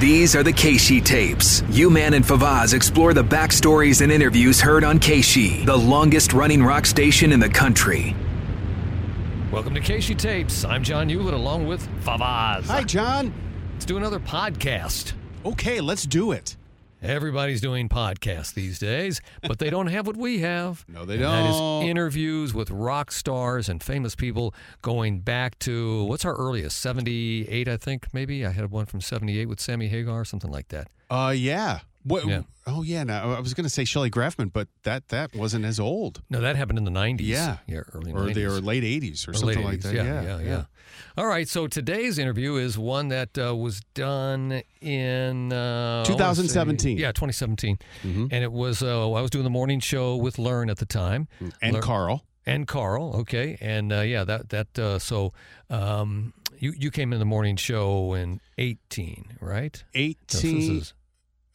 These are the Keishi tapes. You Man and Favaz explore the backstories and interviews heard on Keishi, the longest running rock station in the country. Welcome to Casey Tapes. I'm John Hewlett along with Favaz. Hi, John. Let's do another podcast. Okay, let's do it. Everybody's doing podcasts these days, but they don't have what we have. No, they And That don't. is interviews with rock stars and famous people going back to what's our earliest? 78, I think, maybe. I had one from 78 with Sammy Hagar, something like that. Uh, yeah. What? Yeah. Oh, yeah. No, I was going to say Shelley Grafman, but that that wasn't as old, No, that happened in the 90s. Yeah. Yeah, early or 90s. the or late '80s, or, Or something late like 80s. that. Yeah, yeah, yeah. All right, so today's interview is one that uh, was done in uh, I wanna say- 2017. yeah, 2017, Mm-hmm. and it was uh, I was doing the morning show with Learn at the time, And Learn- Carl. and Carl. Okay, and uh, yeah, that that uh, so um, you you came in the morning show in 18, right? No, so 18. this is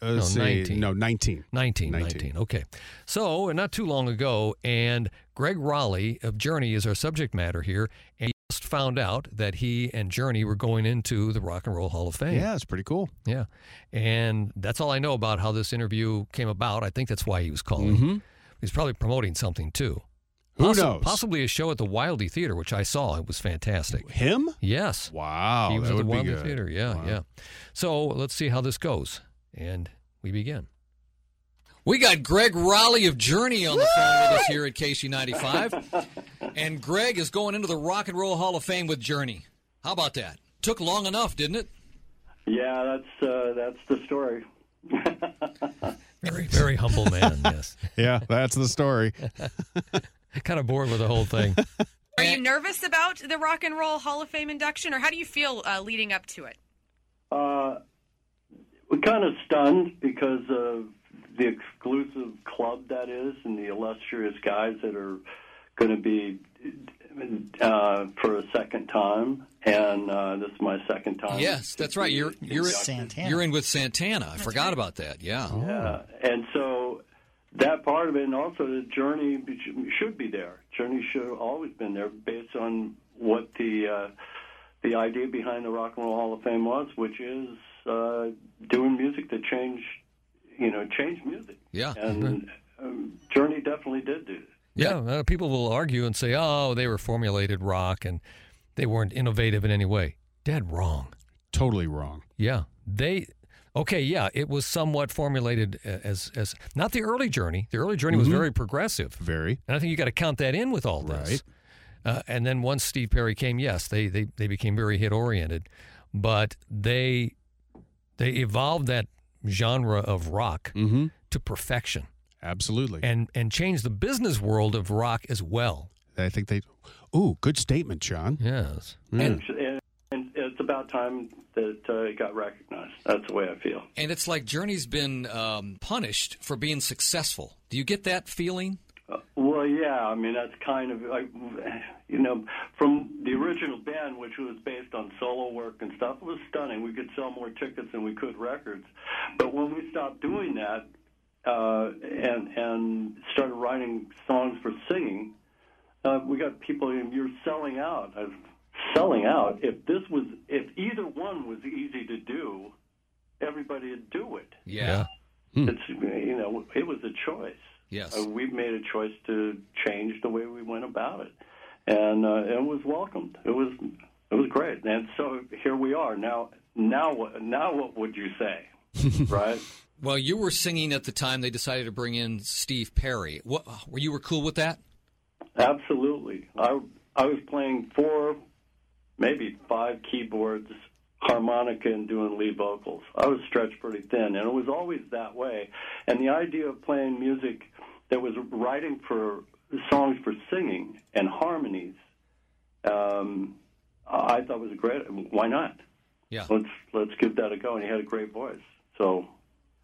uh, let's no, see, 19. No, 19. 19, 19. 19. Okay. So, not too long ago, and Greg Raleigh of Journey is our subject matter here. And he just found out that he and Journey were going into the Rock and Roll Hall of Fame. Yeah, it's pretty cool. Yeah. And that's all I know about how this interview came about. I think that's why he was calling. He's probably promoting something too. Mm-hmm. Who Possi- knows? Possibly a show at the Wildy Theater, which I saw. It was fantastic. Him? Yes. Wow. he was Oh, that at the would be Wildy good. Theater. Yeah, Wow. yeah. So, let's see how this goes. And we begin. We got Greg Raleigh of Journey on the phone with us here at KC95. and Greg is going into the Rock and Roll Hall of Fame with Journey. How about that? Took long enough, didn't it? Yeah, that's uh, that's the story. Very, very humble man. Yes, Yeah, that's the story. kind of bored with the whole thing. Are you nervous about the Rock and Roll Hall of Fame induction, or how do you feel uh, leading up to it? Uh, we're kind of stunned because of the exclusive club that is, and the illustrious guys that are going to be uh, for a second time. And uh, this is my second time. Yes, that's right. You're you're Santana. You're in with Santana. I forgot about that. Yeah. Yeah, and so that part of it, and also the journey be- should be there. Journey should have always been there, based on what the uh, the idea behind the Rock and Roll Hall of Fame was, which is uh, doing music to change, you know, change music. Yeah. and um, Journey definitely did do. it. Yeah, uh, people will argue and say, "Oh, they were formulated rock and they weren't innovative in any way." Dead wrong. Totally wrong. Yeah, they. Okay, yeah, it was somewhat formulated a- as as not the early journey. The early journey was Mm-hmm. very progressive, Very. and I think you got to count that in with all this. Right. Uh, and then once Steve Perry came, yes, they they, they became very hit oriented, but they they evolved that genre of rock Mm-hmm. to perfection. Absolutely. and and change the business world of rock as well. I think they. Ooh, good statement, John. Yes. And, and, and it's about time that uh, it got recognized. That's the way I feel. And it's like Journey's been um, punished for being successful. Do you get that feeling? Uh, well, yeah, I mean that's kind of like you know from the original band, which was based on solo work and stuff, it was stunning. We could sell more tickets than we could records, but when we stopped doing that uh, and and started writing songs for singing, uh, we got people. you know, You're selling out. I was, selling out. If this was, if either one was easy to do, everybody would do it. Yeah. It's you know it was a choice. Yes. Uh, we made a choice to change the way we went about it, and uh, it was welcomed. It was it was great, and so here we are now. Now what? Now what would you say? right? Well, you were singing at the time they decided to bring in Steve Perry. What, were you were cool with that? Absolutely. I I was playing four, maybe five keyboards, harmonica, and doing lead vocals. I was stretched pretty thin, and it was always that way. And the idea of playing music that was writing for songs for singing and harmonies, um, I I thought was great. Why not? Yeah. let's let's give that a go. And he had a great voice. So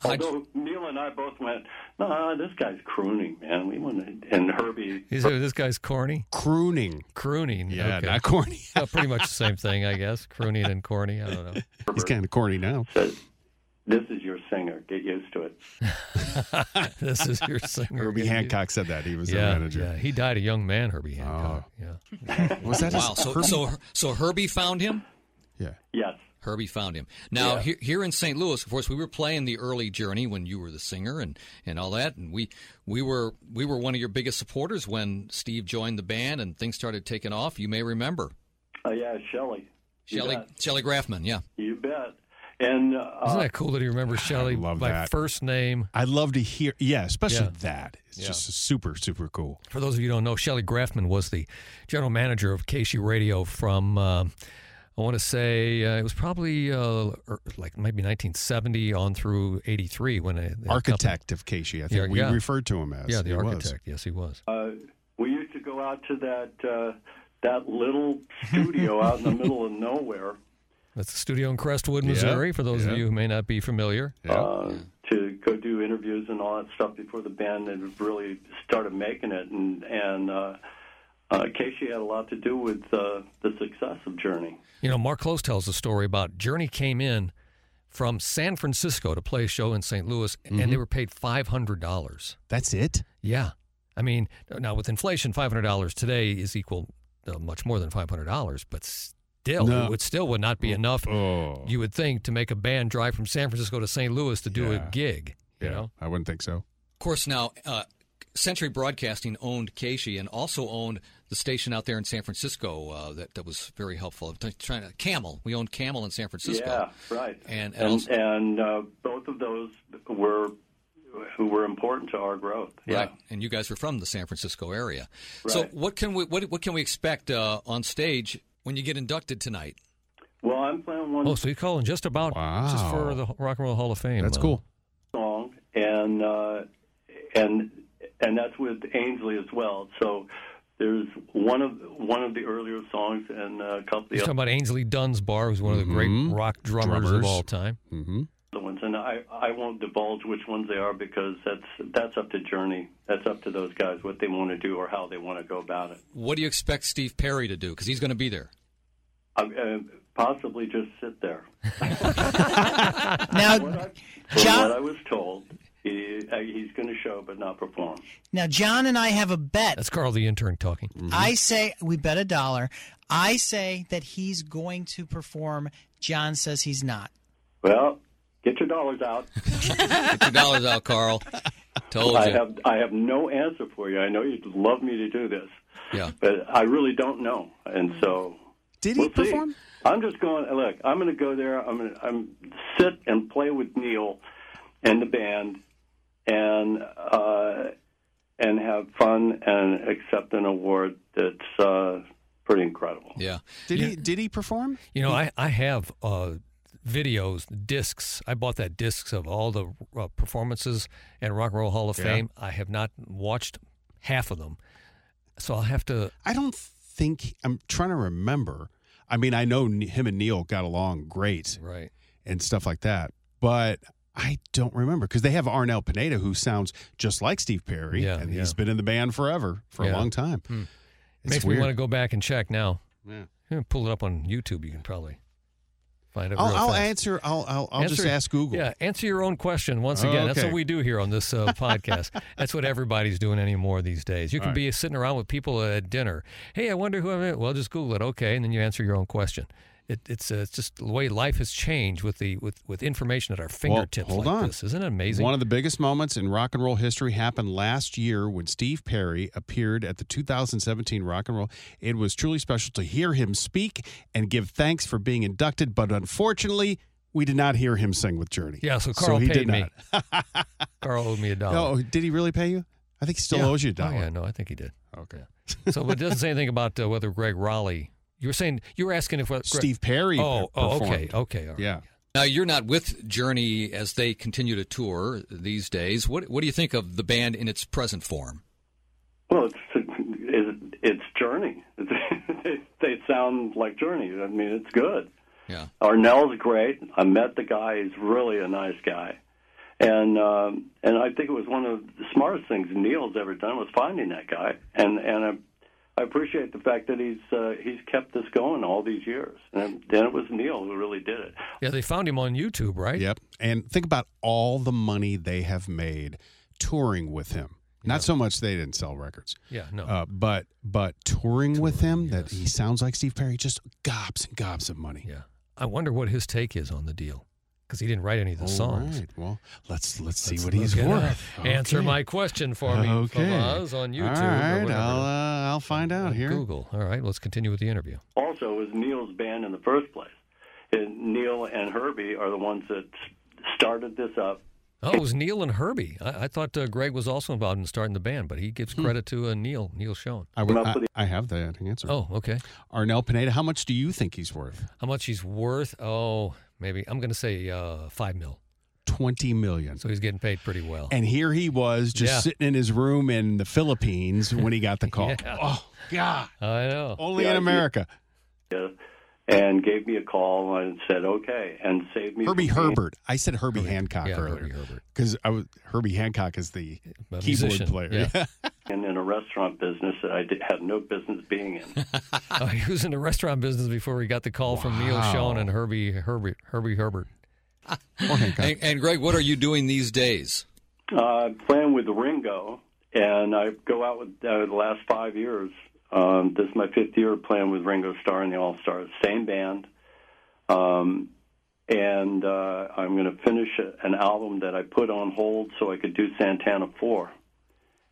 How'd you- although Neil and I both went, nah, this guy's crooning, man. We want to, and Herbie. Is there, this guy's corny? Crooning. Crooning. Yeah, okay. not corny. Uh, pretty much the same thing, I guess. Crooning and corny. I don't know. He's kind of corny now. says, "This is your singer. Get used to it." This is your singer. Herbie Hancock said that. He was the Yeah, manager. yeah. He died a young man, Herbie Hancock. Yeah. Was that Wow. his So, Herbie? so so Herbie found him. Yeah. Yes. Herbie found him. Now here, here in St. Louis, of course, we were playing the early journey when you were the singer and, and all that, and we we were we were one of your biggest supporters when Steve joined the band and things started taking off. You may remember Oh yeah, Shelley. You Shelly bet. Shelly Grafman. Yeah, You bet. And Isn't uh, that cool that he remembers Shelley love by that. first name? I love to hear. Yeah, especially Yeah. that. It's Yeah. just super, super cool. For those of you who don't know, Shelley Grafman was the general manager of KC Radio from, uh, I want to say, uh, it was probably uh, er- like maybe 1970 on through 83 when I. the company- Architect of Casey, I think Yeah, we yeah. referred to him as. yeah, the He was. architect. Yes, he was. uh, we used to go out to that uh, that little studio out in the middle of nowhere That's the studio in Crestwood, Missouri, for those yeah. of you who may not be familiar. Yeah. uh, to go do interviews and all that stuff before the band had really started making it. And and uh, uh, Casey had a lot to do with uh, the success of Journey. You know, Mark Close tells a story about Journey came in from San Francisco to play a show in St. Louis, and Mm-hmm. they were paid $500. That's it. Yeah. I mean, now with inflation, $500 today is equal uh, much more than $500, but still, No. it would still would not be enough, Oh, you would think, to make a band drive from San Francisco to St. Louis to do Yeah. a gig. You yeah. know? I wouldn't think so. of course. Now uh, Century Broadcasting owned Casey and also owned the station out there in San Francisco uh, that that was very helpful. I'm t- trying to Camel. We owned Camel in San Francisco. Yeah, right. And- and and, also- and, uh, both of those were who were important to our growth. Right. And you guys are from the San Francisco area. So Right. what can we what, what can we expect uh, on stage when you get inducted tonight? Well, I'm playing one Oh, so you're calling just about just Wow. for the Rock and Roll Hall of Fame. That's uh, cool. song, and uh, and and that's with Ainsley as well. So there's one of one of the earlier songs and uh, a couple He's of the talking about Ainsley Dunbar, who's one of the great rock drummers, of Mm-hmm. Drummers. all time. Mm-hmm. other ones, and I I won't divulge which ones they are because that's that's up to Journey. That's up to those guys what they want to do or how they want to go about it. What do you expect Steve Perry to do? Because he's going to be there. I, uh, possibly just sit there. Now, From John- what I was told, he, uh, he's going to show but not perform. now John and I have a bet. That's Carl the intern talking. I say we bet a dollar. I say that he's going to perform. John says he's not. Well, get your dollars out. Get your dollars out, Carl. Told I you. have I have no answer for you. I know you'd love me to do this, Yeah. but I really don't know, and so Did we'll see. I'm just going. Look, I'm going to go there. I'm going to I'm sit and play with Neil and the band, and uh, and have fun and accept an award that's uh, pretty incredible. Yeah. Did he? Did he perform? You know, I, I have uh, videos, discs. I bought that discs of all the uh, performances and Rock and Roll Hall of Yeah. Fame. I have not watched half of them, so I'll have to. I don't think. I'm trying to remember. I mean, I know Ne- him and Neil got along great Right. and stuff like that, but I don't remember because they have Arnell Pineda, who sounds just like Steve Perry, Yeah, and yeah. he's been in the band forever for Yeah. Hmm. a long time. It's Makes weird. me want to go back and check now. Yeah. Yeah, Pull it up on YouTube. You can probably find it. I'll, real I'll fast. answer. I'll I'll, I'll just Answer- ask Google. Yeah, answer your own question once Oh, again. That's what okay. we do here on this uh, podcast. That's what everybody's doing anymore these days. You can All be sitting around with people at dinner. Hey, I wonder who I'm. Well, just Google it. Okay, and then you answer your own question. It, it's uh, it's just the way life has changed with the with, with information at our fingertips. hold like on. this isn't it amazing? One of the biggest moments in rock and roll history happened last year when Steve Perry appeared at the 2017 Rock and Roll. It was truly special to hear him speak and give thanks for being inducted, but unfortunately, we did not hear him sing with Journey. Yeah, so Carl he paid did me. not. Carl owed me a dollar. Oh, did he really pay you? I think he still Yeah. owes you a Oh, yeah, dollar. no, I think he did. Okay. So, but it doesn't say anything about uh, whether Greg Raleigh. You were saying you were asking if what, Steve Perry. Oh, per- oh, okay, performed. okay, all right. Yeah. Now you're not with Journey as they continue to tour these days. What What do you think of the band in its present form? Well, it's it's, it's Journey. they sound like Journey. I mean, it's good. Yeah. Arnell's great. I met the guy; he's really a nice guy, and um, and I think it was one of the smartest things Neil's ever done was finding that guy, and and I, I appreciate the fact that he's uh, he's kept this going all these years, and then it was Neil who really did it. Yeah, they found him on YouTube, right? Yep. And think about all the money they have made touring with him. Not so much they didn't sell records. Yeah, no. Uh, but but touring, with him, that he sounds like Steve Perry, just gobs and gobs of money. Yeah. I wonder what his take is on the deal because he didn't write any of the All songs. right. Well, let's let's, see Let's what he's look it worth. up. Answer Okay. my question for me, okay. Favaz, on YouTube All or right, whatever. I'll uh, I'll find out On here. Google. All right, let's continue with the interview. also it was Neil's band in the first place. And Neil and Herbie are the ones that s- started this up. Oh, it was Neil and Herbie. I, I thought uh, Greg was also involved in starting the band, but he gives Hmm. credit to uh, Neil, Neil Schoen. I, would, Come up I, with I have the answer. Oh, okay. Arnell Pineda, how much do you think he's worth? How much he's worth? Oh, maybe I'm going to say uh, five mil. Twenty million. So he's getting paid pretty well. And here he was just Yeah. sitting in his room in the Philippines when he got the call. Yeah. Oh God! I know. Only Yeah, in I- America. uh, And gave me a call and said, "Okay," and saved me. Herbie from being- Herbert. I said Herbie Hancock yeah, Herbie earlier Herbert. because I was Herbie Hancock is the A keyboard musician, player. yeah. And in a restaurant business that I did, had no business being in. Uh, he was in the restaurant business before he got the call from Neil Wow. Schoen and Herbie Herbie Herbie Herbert. Or Hancock. And, and Greg, what are you doing these days? uh, playing with Ringo, and I go out with uh, the last five years. Um, this is my fifth year playing with Ringo Starr and the All Stars, same band. Um, and uh, I'm going to finish a, an album that I put on hold so I could do Santana Four,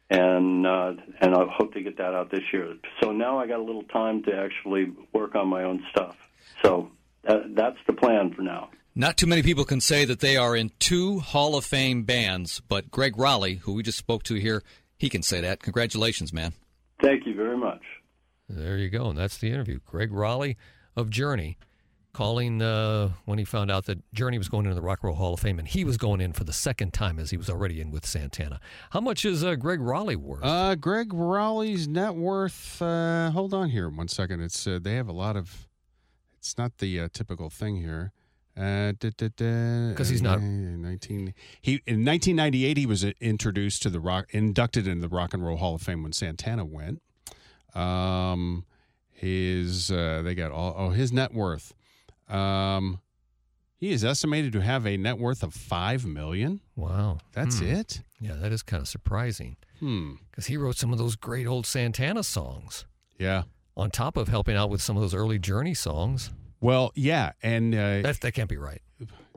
and uh, and I hope to get that out this year. So now I got a little time to actually work on my own stuff. So that, that's the plan for now. Not too many people can say that they are in two Hall of Fame bands, but Greg Raleigh, who we just spoke to here, he can say that. Congratulations, man. Thank you very much. There you go. And that's the interview. Greg Raleigh of Journey calling uh, when he found out that Journey was going into the Rock and Roll Hall of Fame and he was going in for the second time as he was already in with Santana. How much is uh, Greg Raleigh worth? Uh, Greg Raleigh's net worth. Uh, hold on here one second. It's uh, they have a lot of. It's not the uh, typical thing here. Uh, Because 'Cause he's not- uh, nineteen. He in nineteen ninety eight he was uh, introduced to the rock, inducted into the Rock and Roll Hall of Fame when Santana went. Um, his uh, they got all oh his net worth. Um, he is estimated to have a net worth of five million. wow. That's Hmm. it. Yeah, that is kind of surprising Hmm. because he wrote some of those great old Santana songs Yeah. on top of helping out with some of those early Journey songs. Well, yeah, and uh, That, that can't be right.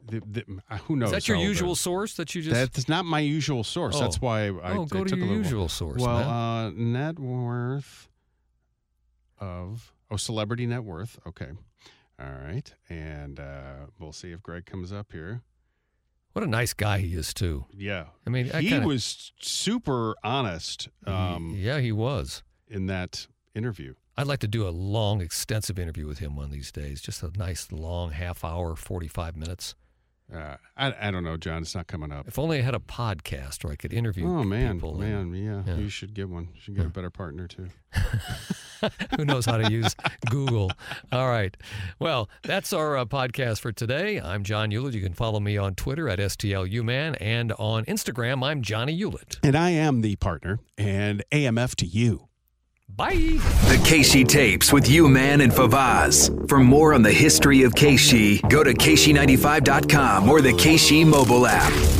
the, the, uh, who knows? is that your how old usual they're- source that you just. That's not my usual source. Oh. That's why I, I Oh, go I to took your a little usual source, Well, man. uh, net worth of oh, celebrity net worth. Okay, all right, and uh, we'll see if Greg comes up here. what a nice guy he is, too. Yeah, I mean, I he kinda- was super honest um, yeah, he was. in that interview. I'd like to do a long, extensive interview with him one of these days. Just a nice, long half hour, 45 minutes. Uh, I, I don't know, John. It's not coming up. If only I had a podcast where I could interview Oh man, people. and man, yeah, yeah. You should get one. You should get a better partner too. Who knows how to use Google? All right. Well, that's our uh, podcast for today. I'm John Hewlett. You can follow me on Twitter at STLUMan and on Instagram, I'm Johnny Hewlett. And I am the partner, and AMF to you. Bye. The Keishi tapes with you, man, and Favaz. For more on the history of Keishi, go to Keishi95.com or the Keishi mobile app.